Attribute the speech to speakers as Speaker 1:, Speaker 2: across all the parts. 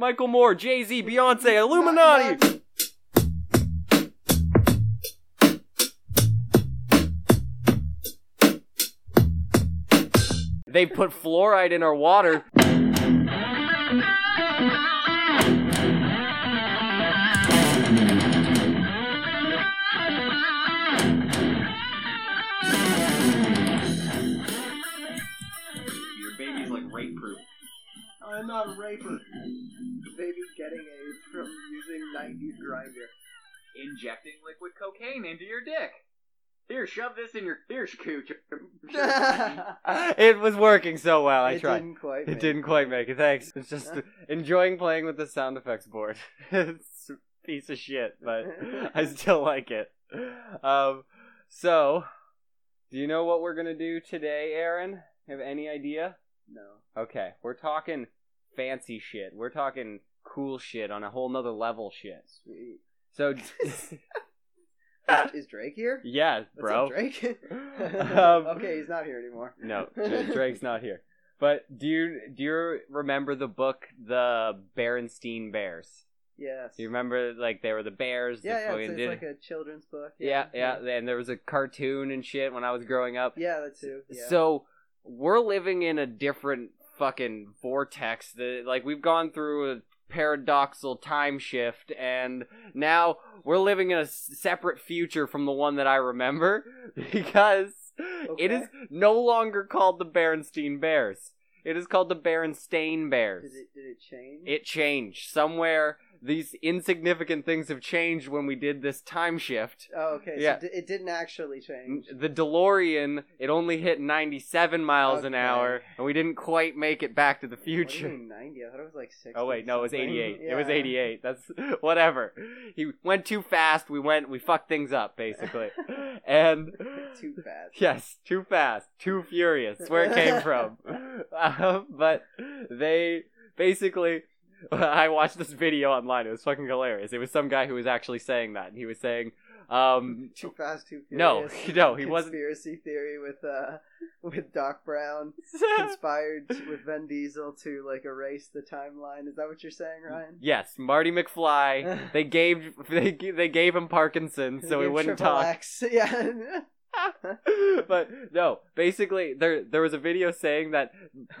Speaker 1: Michael Moore, Jay Z, Beyonce, Illuminati. They put fluoride in our water.
Speaker 2: Your baby's like rape proof.
Speaker 3: I'm not a raper. Baby getting AIDS from using 90s grinder.
Speaker 2: Injecting liquid cocaine into your dick. Here, shove this in your here, cooch.
Speaker 1: It was working so well. I
Speaker 3: it
Speaker 1: tried.
Speaker 3: didn't quite.
Speaker 1: it didn't quite make it. Thanks. It's just enjoying playing with the sound effects board. it's a piece of shit, but I still like it. Um, so, do you know what we're gonna do today, Aaron? Have any idea?
Speaker 3: No.
Speaker 1: Okay, we're talking fancy shit. We're talking cool shit on a whole nother level shit.
Speaker 3: Sweet.
Speaker 1: So,
Speaker 3: Is- Is Drake here?
Speaker 1: yeah,
Speaker 3: What's
Speaker 1: bro.
Speaker 3: up, Drake?
Speaker 1: Um,
Speaker 3: okay, he's not here anymore.
Speaker 1: No, Dra- Drake's not here. But do you do you remember the book The Berenstain Bears?
Speaker 3: Yes.
Speaker 1: You remember like they were the bears.
Speaker 3: yeah,
Speaker 1: that
Speaker 3: yeah.
Speaker 1: fucking
Speaker 3: It's, it's
Speaker 1: did-
Speaker 3: like a children's book.
Speaker 1: yeah, yeah, And there was a cartoon and shit when I was growing up.
Speaker 3: Yeah, that too. Yeah.
Speaker 1: So we're living in a different fucking vortex. That like we've gone through a paradoxical time shift, and now we're living in a s- separate future from the one that I remember because it
Speaker 3: Okay.
Speaker 1: is no longer called the Berenstain Bears. It is called the Berenstain Bears.
Speaker 3: Did it, did it change?
Speaker 1: It changed somewhere. These insignificant things have changed when we did this time shift.
Speaker 3: oh, okay.
Speaker 1: Yeah.
Speaker 3: So d- it didn't actually change.
Speaker 1: The DeLorean, it only hit 97 miles an
Speaker 3: Okay.
Speaker 1: hour, and we didn't quite make it back to the
Speaker 3: What do you
Speaker 1: future.
Speaker 3: mean 90? I thought it was like 60.
Speaker 1: Oh wait, no, it was
Speaker 3: something.
Speaker 1: 88. It
Speaker 3: Yeah.
Speaker 1: was 88. That's whatever. He went too fast. We went, we fucked things up basically, and
Speaker 3: Too fast.
Speaker 1: Yes, too fast, too furious. That's where it came from. um, but they basically, I watched this video online. It was fucking hilarious. It was some guy who was actually saying that. And he was saying, um,
Speaker 3: Too fast, too
Speaker 1: no,
Speaker 3: furious.
Speaker 1: no, he wasn't.
Speaker 3: Conspiracy theory with uh with Doc Brown. conspired with Vin Diesel to like erase the timeline. Is that what you're saying, Ryan?
Speaker 1: yes, Marty McFly. They gave they g- they gave him Parkinson's, so he
Speaker 3: Give
Speaker 1: wouldn't
Speaker 3: Triple
Speaker 1: talk.
Speaker 3: X. Yeah.
Speaker 1: but no, basically there there was a video saying that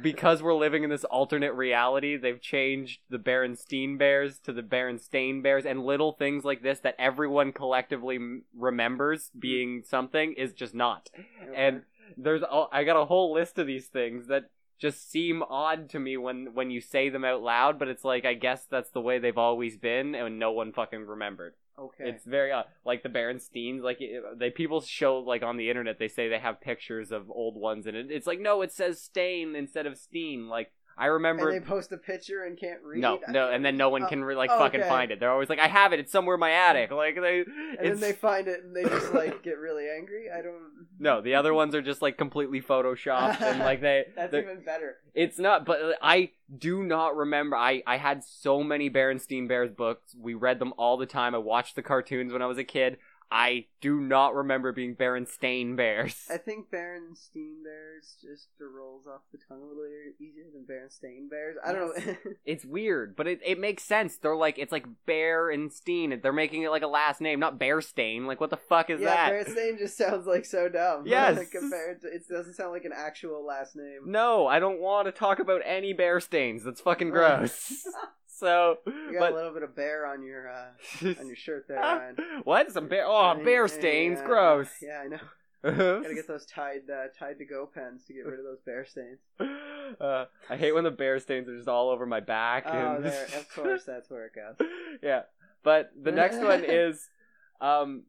Speaker 1: because we're living in this alternate reality, they've changed the Berenstain Bears to the Berenstain Bears, and little things like this that everyone collectively m- remembers being something is just not. And there's all, I got a whole list of these things that just seem odd to me when when you say them out loud, but it's like I guess that's the way they've always been, and no one fucking remembered.
Speaker 3: okay.
Speaker 1: It's very odd. Like the Berensteins, like it, they people show like on the internet they say they have pictures of old ones, and it, it's like no, it says stain instead of steen. Like I remember.
Speaker 3: and they post a picture and can't read.
Speaker 1: no, no, and then no one can re- like
Speaker 3: oh,
Speaker 1: fucking
Speaker 3: okay.
Speaker 1: find it. They're always like, I have it. It's somewhere in my attic. Like they,
Speaker 3: And
Speaker 1: it's,
Speaker 3: then they find it and they just like get really angry. I don't.
Speaker 1: no. The other ones are just like completely photoshopped and like they.
Speaker 3: That's
Speaker 1: they're-
Speaker 3: even better.
Speaker 1: It's not, but uh, I do not remember. I, I had so many Berenstain Bears books. We read them all the time. I watched the cartoons when I was a kid. I do not remember being Berenstain Bears.
Speaker 3: I think Berenstain Bears just rolls off the tongue a little easier than Berenstain Bears. I don't know.
Speaker 1: It's weird, but it, it makes sense. They're like, it's like Berenstein. They're making it like a last name, not Bearstain. Like, what the fuck is
Speaker 3: yeah,
Speaker 1: that?
Speaker 3: Berenstain just sounds like so dumb.
Speaker 1: Yes.
Speaker 3: compared to, it doesn't sound like an actual last name.
Speaker 1: No, I don't want to talk about any bear stains. That's fucking gross. so,
Speaker 3: You got a
Speaker 1: but
Speaker 3: little bit of bear on your uh, on your shirt there,
Speaker 1: Ah,
Speaker 3: Ryan.
Speaker 1: what? Some bear? Oh, bear stains. Gross.
Speaker 3: Yeah, I know. Gotta get those tied uh, tied to go pens to get rid of those bear stains.
Speaker 1: uh, I hate when the bear stains are just all over my back.
Speaker 3: Oh,
Speaker 1: and...
Speaker 3: there. Of course, that's where it goes.
Speaker 1: yeah. But the next one is um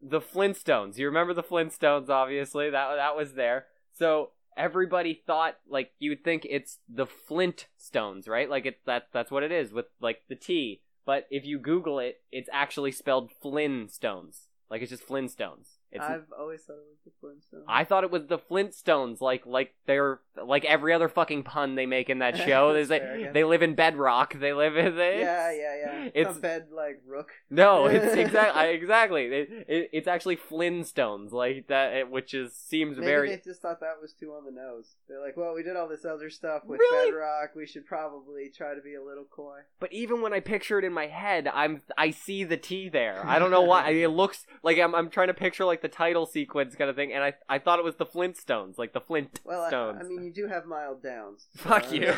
Speaker 1: the Flintstones. You remember the Flintstones obviously. That that was there. So everybody thought like you would think it's the Flintstones, right? Like it that that's what it is with like the T. But if you google it, it's actually spelled Flintstones. Like it's just Flintstones. It's,
Speaker 3: I've always thought it was the Flintstones.
Speaker 1: I thought it was the Flintstones, like like they're like every other fucking pun they make in that show. They
Speaker 3: Fair, I
Speaker 1: say
Speaker 3: guess.
Speaker 1: they live in bedrock. They live in this.
Speaker 3: yeah, yeah, yeah.
Speaker 1: it's-
Speaker 3: It's bed like Rook.
Speaker 1: No, it's exactly exactly. It, it, it's actually Flintstones, like that, it- which is seems
Speaker 3: Maybe
Speaker 1: very.
Speaker 3: they just thought that was too on the nose. They're like, well, we did all this other stuff with
Speaker 1: Really?
Speaker 3: Bedrock. We should probably try to be a little coy.
Speaker 1: But even when I picture it in my head, I'm I see the T there. I don't know why. It looks like I'm I'm trying to picture like the title sequence kind of thing, and I I thought it was the Flintstones, like the Flintstones.
Speaker 3: Well, I, I mean, you do have mild downs. so-
Speaker 1: Fuck you.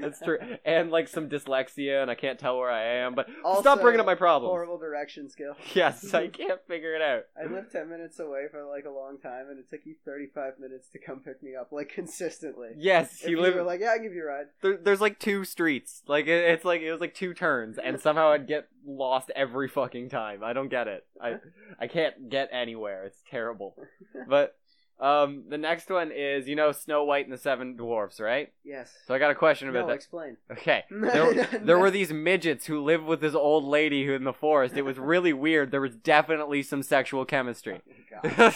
Speaker 1: That's true. And like some dyslexia, and I can't tell where I am. But
Speaker 3: Also,
Speaker 1: stop bringing up my problems.
Speaker 3: Horrible direction skill.
Speaker 1: Yes, I can't figure it out.
Speaker 3: I lived 10 minutes away for like a long time, and it took you 35 minutes to come pick me up, like consistently.
Speaker 1: Yes,
Speaker 3: If
Speaker 1: he
Speaker 3: you
Speaker 1: lived.
Speaker 3: were like, yeah, I'll give you a ride.
Speaker 1: there, there's like two streets. Like it, it's like it was like two turns, and somehow I'd get lost every fucking time. I don't get it. I I can't get anywhere. It's terrible. But um, the next one is you know Snow White and the Seven Dwarfs, right?
Speaker 3: Yes.
Speaker 1: So I got a question
Speaker 3: no,
Speaker 1: about that.
Speaker 3: explain.
Speaker 1: Okay. There, there were these midgets who lived with this old lady who in the forest. It was really weird. There was definitely some sexual chemistry.
Speaker 3: God.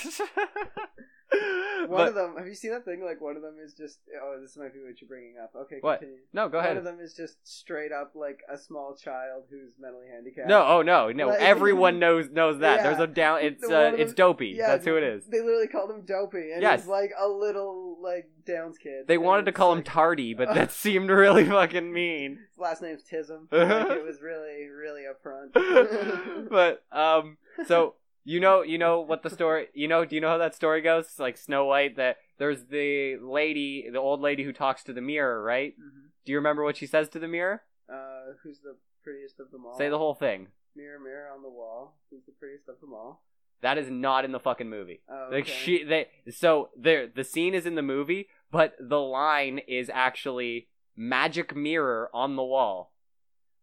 Speaker 1: but,
Speaker 3: One of them. Have you seen that thing? Like one of them is just. Oh, this might be what you're bringing up. Okay,
Speaker 1: What?
Speaker 3: continue.
Speaker 1: no, go
Speaker 3: One of
Speaker 1: ahead.
Speaker 3: them is just straight up like a small child who's mentally handicapped.
Speaker 1: No, oh no, no.
Speaker 3: Like-
Speaker 1: Everyone knows knows that.
Speaker 3: Yeah.
Speaker 1: There's a down. It's
Speaker 3: The
Speaker 1: uh,
Speaker 3: one of
Speaker 1: it's
Speaker 3: them-
Speaker 1: dopey.
Speaker 3: yeah,
Speaker 1: That's who it is.
Speaker 3: They literally called him Dopey, and
Speaker 1: Yes.
Speaker 3: he's like a little like Downs kid.
Speaker 1: They
Speaker 3: and
Speaker 1: wanted to
Speaker 3: it's
Speaker 1: call him
Speaker 3: like-
Speaker 1: tardy, but that seemed really fucking mean.
Speaker 3: His last name's Tism. like, it was really, really Mm-hmm. upfront.
Speaker 1: but um so you know you know what the story you know do you know how that story goes It's like snow white that there's the lady the old lady who talks to the mirror right
Speaker 3: Mhm.
Speaker 1: do you remember what she says to the mirror
Speaker 3: uh, who's the prettiest of them all?
Speaker 1: say the whole thing
Speaker 3: mirror, mirror on the wall. Who's the prettiest of them all?
Speaker 1: that is not in the fucking movie
Speaker 3: Oh,
Speaker 1: like
Speaker 3: okay.
Speaker 1: she they so there the scene is in the movie but the line is actually magic mirror on the wall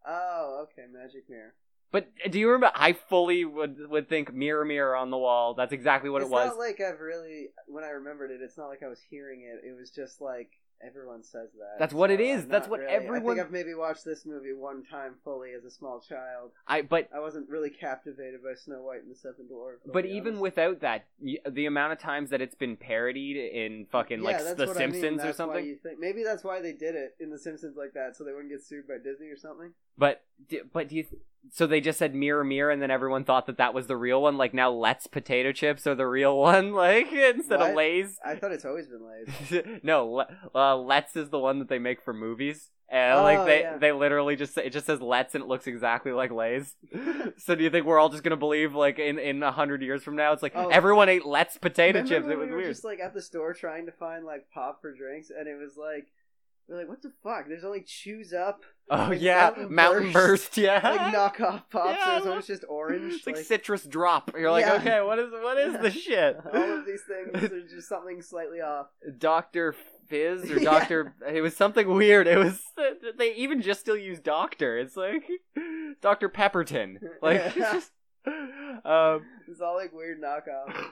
Speaker 3: Oh, okay, magic mirror.
Speaker 1: but uh, do you remember i fully would would think mirror mirror on the wall that's exactly what
Speaker 3: it's
Speaker 1: it was
Speaker 3: not like I've really when I remembered it. It's not like I was hearing it. It was just like everyone says that.
Speaker 1: That's what it
Speaker 3: so
Speaker 1: is.
Speaker 3: I'm
Speaker 1: That's
Speaker 3: not
Speaker 1: what
Speaker 3: really- I
Speaker 1: everyone-
Speaker 3: think I've maybe watched this movie one time fully as a small child.
Speaker 1: i but
Speaker 3: I wasn't really captivated by Snow White and the Seven Dwarfs. I'll
Speaker 1: But
Speaker 3: be
Speaker 1: even
Speaker 3: honest.
Speaker 1: without that, y- the amount of times that it's been parodied in fucking like
Speaker 3: Yeah, that's
Speaker 1: The
Speaker 3: what I mean.
Speaker 1: Simpsons or
Speaker 3: That's why
Speaker 1: something.
Speaker 3: you think- maybe that's why they did it in The Simpsons like that, so they wouldn't get sued by Disney or something.
Speaker 1: But d- but do you? So they just said mirror mirror, and then everyone thought that that was the real one. Like now, let's potato chips are the real one. Like instead of
Speaker 3: What?
Speaker 1: Lay's.
Speaker 3: I thought it's always been Lay's.
Speaker 1: no, Le- uh, let's is the one that they make for movies. And like
Speaker 3: Oh,
Speaker 1: they
Speaker 3: yeah.
Speaker 1: they literally just say, it just says let's and it looks exactly like Lay's. so do you think we're all just gonna believe like in in a hundred years from now it's like
Speaker 3: Oh.
Speaker 1: everyone ate let's potato
Speaker 3: Remember
Speaker 1: chips?
Speaker 3: when
Speaker 1: It was
Speaker 3: we were
Speaker 1: weird.
Speaker 3: Just like at the store trying to find like pop for drinks, and it was like. We're like, what the fuck? There's only chews up,
Speaker 1: Oh
Speaker 3: Like
Speaker 1: yeah,
Speaker 3: Mountain
Speaker 1: Mountain Burst.
Speaker 3: Burst.
Speaker 1: yeah.
Speaker 3: like knockoff pops.
Speaker 1: Yeah.
Speaker 3: There's always just orange.
Speaker 1: it's like, citrus drop. You're like,
Speaker 3: Yeah.
Speaker 1: okay, what is what is the shit?
Speaker 3: All of these things are just something slightly off.
Speaker 1: Doctor Fizz or
Speaker 3: Yeah.
Speaker 1: Doctor? It was something weird. It was they even just still use Doctor. It's like Doctor Pepperton. Like, it's just, um,
Speaker 3: It's all like weird knockoff.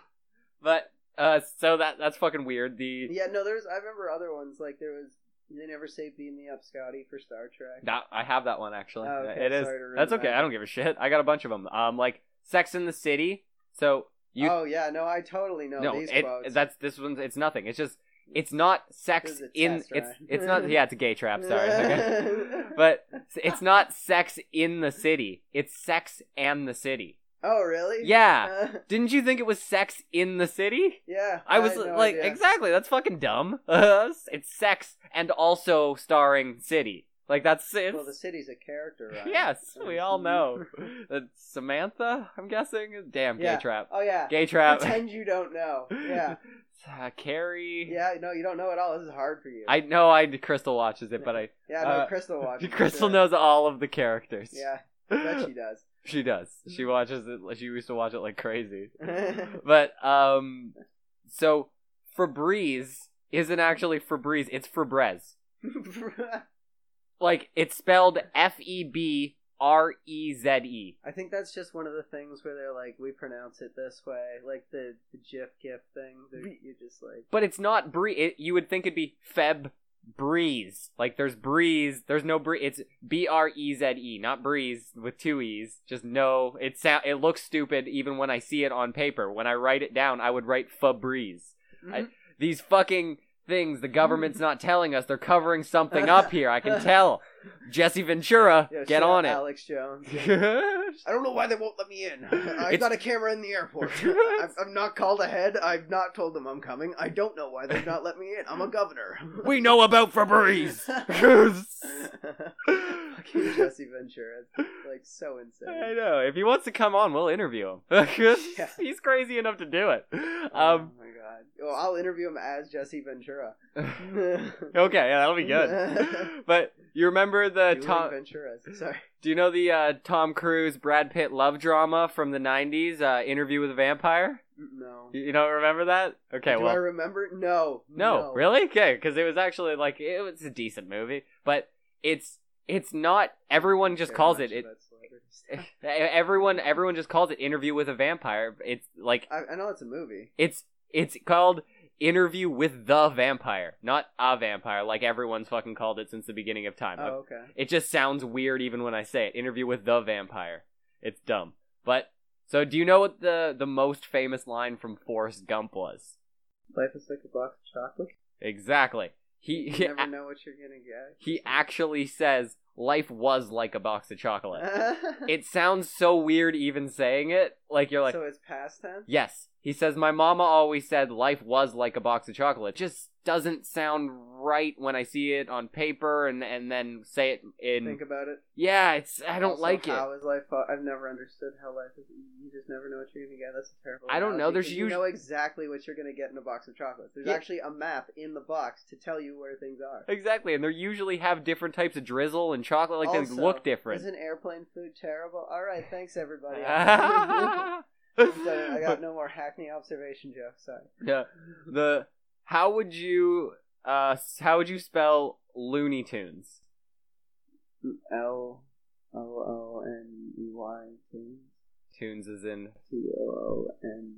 Speaker 1: but uh, so that that's fucking weird. The
Speaker 3: Yeah, no, there's. I remember other ones like there was. They never say "Beam me up, Scotty" for Star Trek.
Speaker 1: that I have that one actually.
Speaker 3: Oh, okay,
Speaker 1: it is.
Speaker 3: sorry to ruin
Speaker 1: That's okay.
Speaker 3: that.
Speaker 1: I don't give a shit. I got a bunch of them. Um, like Sex in the City. So you
Speaker 3: oh yeah, no, I totally know
Speaker 1: no,
Speaker 3: these
Speaker 1: it,
Speaker 3: quotes.
Speaker 1: that's this one's. It's nothing. It's just it's not sex
Speaker 3: It's a
Speaker 1: in.
Speaker 3: test,
Speaker 1: It's
Speaker 3: right?
Speaker 1: it's not. Yeah, it's a gay trap. Sorry, okay. but it's not sex in the city. It's sex and the city.
Speaker 3: oh really?
Speaker 1: Yeah.
Speaker 3: Uh,
Speaker 1: Didn't you think it was sex in the city?
Speaker 3: yeah.
Speaker 1: I was
Speaker 3: had no
Speaker 1: like,
Speaker 3: idea.
Speaker 1: exactly. That's fucking dumb. it's sex and also starring city. Like that's it's,
Speaker 3: Well, the city's a character, right?
Speaker 1: yes. We all know. That's Samantha. I'm guessing. Damn
Speaker 3: Yeah.
Speaker 1: gay trap.
Speaker 3: Oh yeah.
Speaker 1: Gay trap.
Speaker 3: Pretend you don't know. Yeah.
Speaker 1: Uh, Carrie.
Speaker 3: Yeah. No, you don't know at all. This is hard for you.
Speaker 1: I know I Crystal watches it, but I
Speaker 3: yeah. No,
Speaker 1: uh,
Speaker 3: Crystal watches. it,
Speaker 1: Crystal
Speaker 3: yeah.
Speaker 1: knows all of the characters.
Speaker 3: Yeah, that she does.
Speaker 1: she does. She watches it. She used to watch it like crazy. But um, so Febreze isn't actually Febreze. It's Febreze. Like it's spelled F E B R E Z E.
Speaker 3: I think that's just one of the things where they're like, we pronounce it this way, like the the GIF GIF thing. They're-
Speaker 1: Be-
Speaker 3: You're just like,
Speaker 1: But it's not Bree. It, you would think it'd be Feb Breeze. Like there's breeze. There's no breeze. It's B R E Z E, not breeze with two e's. Just no. It sound. It looks stupid even when I see it on paper. When I write it down, I would write Febreze.
Speaker 3: mm-hmm.
Speaker 1: I- These fucking things. The government's not telling us. They're covering something up here. I can tell. Jesse Ventura,
Speaker 3: Yo,
Speaker 1: get
Speaker 3: shout
Speaker 1: on
Speaker 3: out
Speaker 1: it.
Speaker 3: Alex Jones.
Speaker 1: It's
Speaker 3: I don't know why they won't let me in. I've
Speaker 1: It's-
Speaker 3: got a camera in the airport. I've, I'm not called ahead. I've not told them I'm coming. I don't know why they've not let me in. I'm a governor.
Speaker 1: we know about Febreze.
Speaker 3: Fucking Jesse Ventura. It's, like so
Speaker 1: I
Speaker 3: insane.
Speaker 1: know. If he wants to come on, we'll interview him. He's crazy enough to do it. Um,
Speaker 3: oh my god. Well, I'll interview him as Jesse Ventura.
Speaker 1: okay, yeah, that'll be good. but you remember the
Speaker 3: Doing
Speaker 1: Tom?
Speaker 3: Venturas. Sorry.
Speaker 1: Do you know the uh, Tom Cruise Brad Pitt love drama from the '90s, uh, Interview with a Vampire?
Speaker 3: No.
Speaker 1: You, you don't remember that? Okay,
Speaker 3: Do
Speaker 1: well,
Speaker 3: I remember? No.
Speaker 1: No, really? Okay, because it was actually like it was a decent movie, but it's it's not. Everyone just
Speaker 3: Very
Speaker 1: calls
Speaker 3: much
Speaker 1: it. it
Speaker 3: about celebrity stuff.
Speaker 1: everyone everyone just calls it Interview with a Vampire. It's like
Speaker 3: I, I know it's a movie.
Speaker 1: it's it's called Interview with the Vampire, not a vampire, like everyone's fucking called it since the beginning of time.
Speaker 3: Oh, okay.
Speaker 1: It just sounds weird even when I say it. Interview with the Vampire. It's dumb. But so do you know what the the most famous line from Forrest Gump was?
Speaker 3: Life is like a box of chocolate.
Speaker 1: Exactly. He,
Speaker 3: You
Speaker 1: he
Speaker 3: never know what you're gonna
Speaker 1: he actually says life was like a box of
Speaker 3: Uh.
Speaker 1: chocolate.
Speaker 3: get.
Speaker 1: it sounds so weird even saying it. Like you're like,
Speaker 3: so it's past tense.
Speaker 1: yes. He says my mama always said life was like a box of chocolate. Just doesn't sound right when I see it on paper and and then say it in
Speaker 3: Think about it.
Speaker 1: Yeah, it's I don't
Speaker 3: Also,
Speaker 1: like it.
Speaker 3: How is life? po- I've never understood how life is. You just never know what you're gonna get. That's a terrible.
Speaker 1: I don't know,
Speaker 3: analogy,
Speaker 1: there's
Speaker 3: 'cause you
Speaker 1: usu-
Speaker 3: know exactly what you're gonna get in a box of chocolates. There's
Speaker 1: Yeah.
Speaker 3: actually a map in the box to tell you where things are.
Speaker 1: Exactly, and they usually have different types of drizzle and chocolate like
Speaker 3: Also,
Speaker 1: they look different.
Speaker 3: Isn't airplane food terrible? All right, thanks everybody. I'm done. I
Speaker 1: But-
Speaker 3: got no more hackney observation jokes. Sorry.
Speaker 1: Yeah. The how would you uh s- how would you spell Looney Tunes?
Speaker 3: L O O N E Y T
Speaker 1: Tunes is in
Speaker 3: T O O N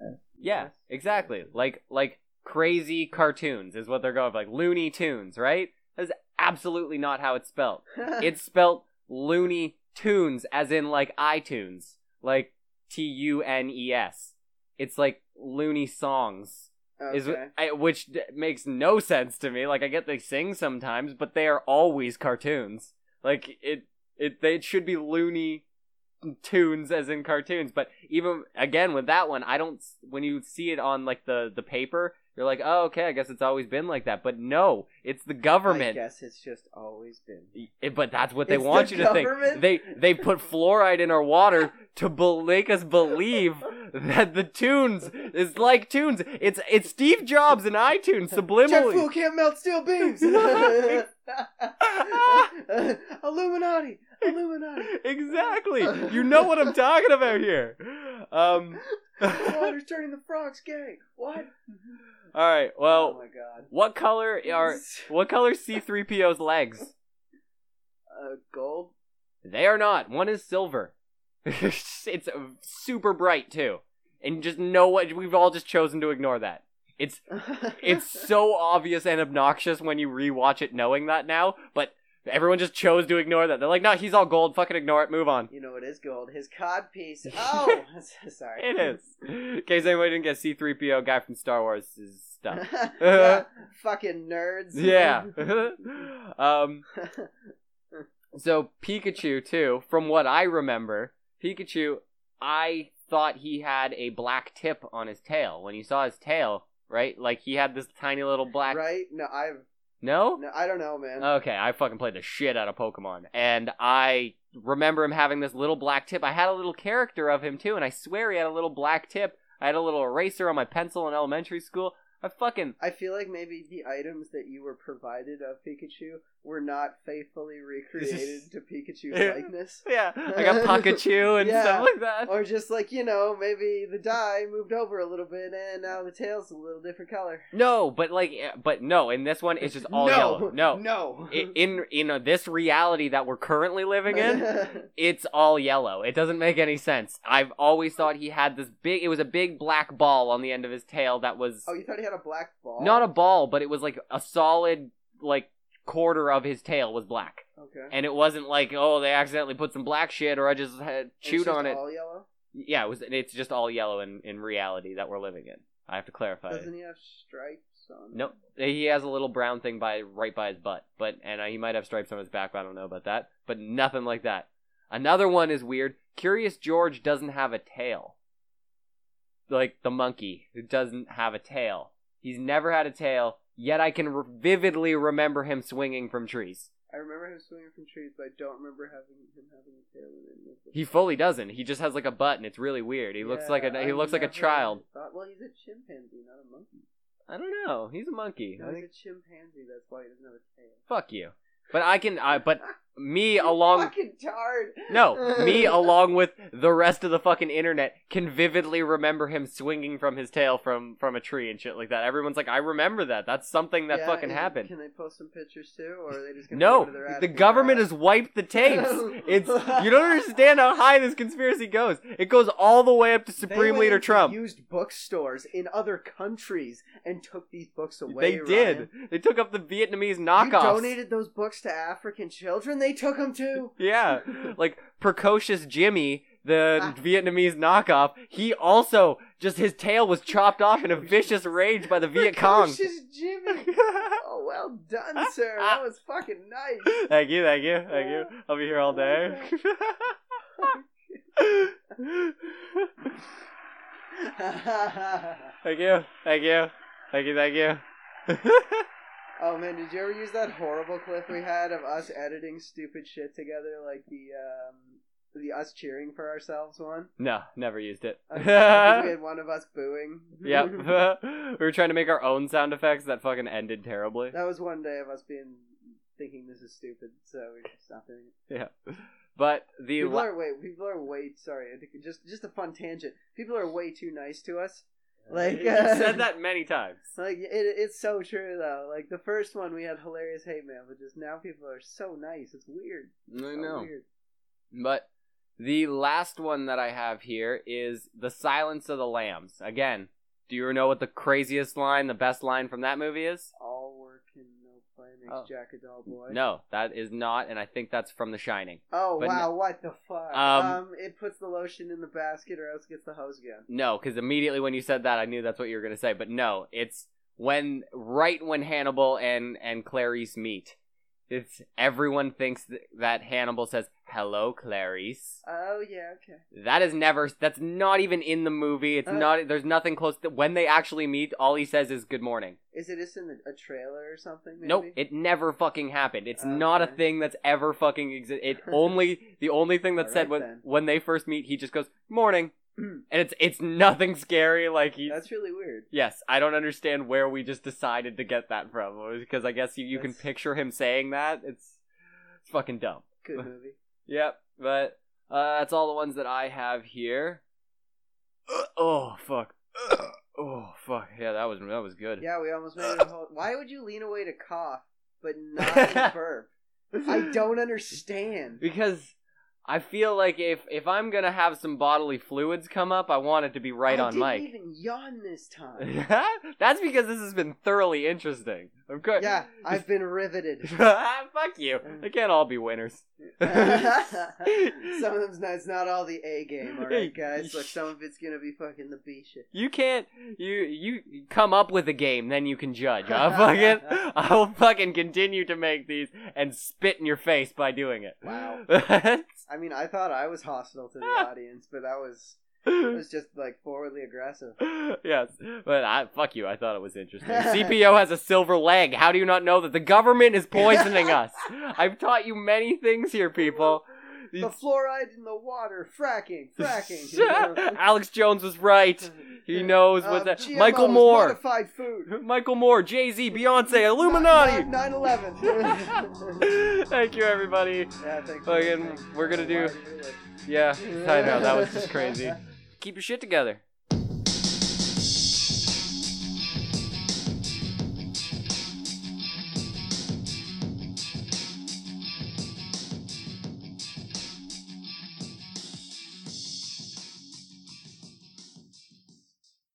Speaker 3: S.
Speaker 1: Yeah, exactly. Like like crazy cartoons is what they're going for. Like Looney Tunes, right? That's absolutely not how it's spelled. It's spelled Looney Tunes as in like iTunes. Like T U N E S. It's like Looney songs.
Speaker 3: okay.
Speaker 1: is I, which d- makes no sense to me. Like I get they sing sometimes, but they are always cartoons. Like it, it they it should be loony tunes as in cartoons. But even again with that one, I don't. s- When you see it on like the the paper, you're like, oh okay, I guess it's always been like that. But no, it's the
Speaker 3: I
Speaker 1: government.
Speaker 3: guess it's just always been.
Speaker 1: I- Eh, but that's what they
Speaker 3: It's
Speaker 1: want
Speaker 3: the
Speaker 1: you to think.
Speaker 3: government?
Speaker 1: They they put fluoride in our water to be- make us believe that the tunes is like tunes. It's it's Steve Jobs and iTunes
Speaker 3: Jet
Speaker 1: subliminally.
Speaker 3: fuel can't melt steel beams. Illuminati, Illuminati.
Speaker 1: exactly. You know what I'm talking about here. Um. all
Speaker 3: Water's turning the frogs gay. What?
Speaker 1: right.
Speaker 3: oh
Speaker 1: Well,
Speaker 3: my god.
Speaker 1: what color are what color C3PO's legs?
Speaker 3: uh, gold?
Speaker 1: They are not. One is silver. it's uh, super bright too. And just know what we've all just chosen to ignore that. It's it's so obvious and obnoxious when you rewatch it knowing that now, but everyone just chose to ignore that. They're like, "No, he's all gold. Fucking ignore it. Move on."
Speaker 3: You know it is gold. His cod piece. Oh, sorry.
Speaker 1: It is. In case anybody didn't get C3PO guy from Star Wars stuff.
Speaker 3: yeah, fucking nerds.
Speaker 1: Uh-huh. yeah. Uh-huh. um So Pikachu too, from what I remember, Pikachu, I thought he had a black tip on his tail. When you saw his tail, right? Like he had this tiny little black.
Speaker 3: right? No, I've.
Speaker 1: No?
Speaker 3: No, I don't know, man.
Speaker 1: Okay, I fucking played the shit out of Pokemon, and I remember him having this little black tip. I had a little character of him too, and I swear he had a little black tip. I had a little eraser on my pencil in elementary school. I fucking
Speaker 3: I feel like maybe the items that you were provided of Pikachu were not faithfully recreated to Pikachu's
Speaker 1: Yeah.
Speaker 3: likeness.
Speaker 1: yeah, I got Pikachu and
Speaker 3: Yeah.
Speaker 1: stuff like that.
Speaker 3: Or just like, you know, maybe the dye moved over a little bit and now the tail's a little different color.
Speaker 1: No, but like, eh, but no. In this one, it's just all yellow. No,
Speaker 3: No.
Speaker 1: I- in in uh, this reality that we're currently living in, it's all yellow. It doesn't make any sense. I've always thought he had this big. It was a big black ball on the end of his tail that was
Speaker 3: oh, you thought he had a black ball?
Speaker 1: not a ball, but it was like a solid like quarter of his tail was black,
Speaker 3: Okay.
Speaker 1: and it wasn't like oh they accidentally put some black shit or I just had
Speaker 3: It's
Speaker 1: chewed
Speaker 3: just
Speaker 1: on it.
Speaker 3: All yellow.
Speaker 1: Yeah, it was. It's just all yellow in in reality that we're living in. I have to clarify.
Speaker 3: Doesn't he have stripes on? it?
Speaker 1: Nope. He has a little brown thing by right by his butt, but and uh, he might have stripes on his back. But I don't know about that. But nothing like that. Another one is weird. Curious George doesn't have a tail. Like the monkey who doesn't have a tail. He's never had a tail. Yet I can re- vividly remember him swinging from trees.
Speaker 3: I remember him swinging from trees, but I don't remember having him having a tail in it.
Speaker 1: He fully doesn't. He just has like a butt, and it's really weird. He looks
Speaker 3: Yeah,
Speaker 1: like a he
Speaker 3: I
Speaker 1: looks like a
Speaker 3: never
Speaker 1: child.
Speaker 3: Thought, well, he's a chimpanzee, not a monkey.
Speaker 1: I don't know. He's a monkey.
Speaker 3: No,
Speaker 1: I
Speaker 3: he's
Speaker 1: think-
Speaker 3: a chimpanzee. That's why he doesn't have a tail.
Speaker 1: fuck you. But I can. I but me along.
Speaker 3: Fucking tard.
Speaker 1: No, me along with the rest of the fucking internet can vividly remember him swinging from his tail from from a tree and shit like that. Everyone's like, I remember that. That's something that
Speaker 3: Yeah,
Speaker 1: fucking
Speaker 3: and
Speaker 1: happened.
Speaker 3: Can they post some pictures too, or are they just gonna
Speaker 1: No,
Speaker 3: go to their attic
Speaker 1: the
Speaker 3: and
Speaker 1: government
Speaker 3: cry?
Speaker 1: has wiped the tapes. It's you don't understand how high this conspiracy goes. It goes all the way up to
Speaker 3: They
Speaker 1: Supreme
Speaker 3: went
Speaker 1: Leader
Speaker 3: into
Speaker 1: Trump.
Speaker 3: Used bookstores in other countries and took these books away.
Speaker 1: They did.
Speaker 3: Ryan.
Speaker 1: They took up the Vietnamese
Speaker 3: You
Speaker 1: knockoffs.
Speaker 3: donated those books to African children. They took them too.
Speaker 1: Yeah, like precocious Jimmy, the
Speaker 3: Ah.
Speaker 1: Vietnamese knockoff. He also just his tail was chopped off in a vicious rage by the Viet Cong.
Speaker 3: Precocious Jimmy. Oh, well done, sir. That was fucking nice.
Speaker 1: thank you, thank you, thank you. I'll be here all day. thank you, thank you, thank you, thank you.
Speaker 3: oh man, did you ever use that horrible clip we had of us editing stupid shit together, like the um, the us cheering for ourselves one?
Speaker 1: no, never used it.
Speaker 3: I think we had one of us booing.
Speaker 1: yep, we were trying to make our own sound effects that fucking ended terribly.
Speaker 3: That was one day of us being thinking this is stupid, so we just stopped doing it.
Speaker 1: Yeah, but the
Speaker 3: People
Speaker 1: la-
Speaker 3: are way, people are way. Sorry, I think- just just a fun tangent. People are way too nice to us. Like uh,
Speaker 1: You said that many times.
Speaker 3: Like it, it's so true though. Like the first one we had hilarious hate mail, but just now people are so nice. It's weird.
Speaker 1: I
Speaker 3: So
Speaker 1: know.
Speaker 3: weird.
Speaker 1: But the last one that I have here is The Silence of the Lambs. Again, do you know what the craziest line, the best line from that movie is?
Speaker 3: All work and no play makes
Speaker 1: Oh.
Speaker 3: Jack a dull boy.
Speaker 1: No, that is not, and I think that's from The Shining.
Speaker 3: Oh
Speaker 1: But
Speaker 3: wow! What the fuck?
Speaker 1: Um,
Speaker 3: Um, it puts the lotion in the basket, or else gets the hose gun.
Speaker 1: No, because immediately when you said that, I knew that's what you were going to say. But no, it's when right when Hannibal and and Clarice meet. It's everyone thinks th- that Hannibal says hello, Clarice.
Speaker 3: Oh yeah, okay.
Speaker 1: That is never. That's not even in the movie. It's
Speaker 3: Uh,
Speaker 1: not. There's nothing close. To, when they actually meet, all he says is "Good morning."
Speaker 3: Is it just in a, a trailer or something? Maybe?
Speaker 1: Nope, it never fucking happened. It's not a
Speaker 3: Okay.
Speaker 1: thing that's ever fucking exist. It only the only thing that's said when
Speaker 3: Alright then.
Speaker 1: when they first meet, he just goes morning, and it's it's nothing scary. Like he,
Speaker 3: That's really weird.
Speaker 1: yes, I don't understand where we just decided to get that from because I guess you, you can
Speaker 3: That's-
Speaker 1: picture him saying that. It's, it's fucking dumb.
Speaker 3: Good movie.
Speaker 1: Yep, but uh, that's all the ones that I have here. oh fuck. oh fuck. Yeah, that was that was good.
Speaker 3: Yeah, we almost made it. A whole... Why would you lean away to cough but not burp? I don't understand.
Speaker 1: because I feel like if if I'm gonna have some bodily fluids come up, I want it to be right
Speaker 3: I
Speaker 1: on
Speaker 3: didn't e-
Speaker 1: mic.
Speaker 3: Even yawn this time.
Speaker 1: That's because this has been thoroughly interesting. Of course.
Speaker 3: Yeah, Uh. I've been riveted.
Speaker 1: Fuck you. They can't all be winners.
Speaker 3: some of them's not, it's not all the A game, alright, guys? Like, some of it's gonna be fucking the B shit.
Speaker 1: You can't. You you come up with a game, then you can judge. I'll fucking I'll fucking continue to make these and spit in your face by doing it.
Speaker 3: Wow. I mean, I thought I was hostile to the
Speaker 1: Ah.
Speaker 3: audience, but that was, that was just, like, forwardly aggressive.
Speaker 1: yes, but I fuck you. I thought it was interesting. CPO has a silver leg. How do you not know that the government is poisoning us? I've taught you many things here, people.
Speaker 3: The fluoride in the water, fracking, fracking.
Speaker 1: Alex Jones was right. He knows what
Speaker 3: Um,
Speaker 1: that.
Speaker 3: GMOs,
Speaker 1: Michael Moore.
Speaker 3: Modified food.
Speaker 1: Michael Moore, Jay Z, Beyonce, Illuminati.
Speaker 3: 9 11.
Speaker 1: Thank you, everybody.
Speaker 3: yeah, thanks.
Speaker 1: Fucking, we're gonna do- Yeah, I know that was just crazy. Keep your shit together.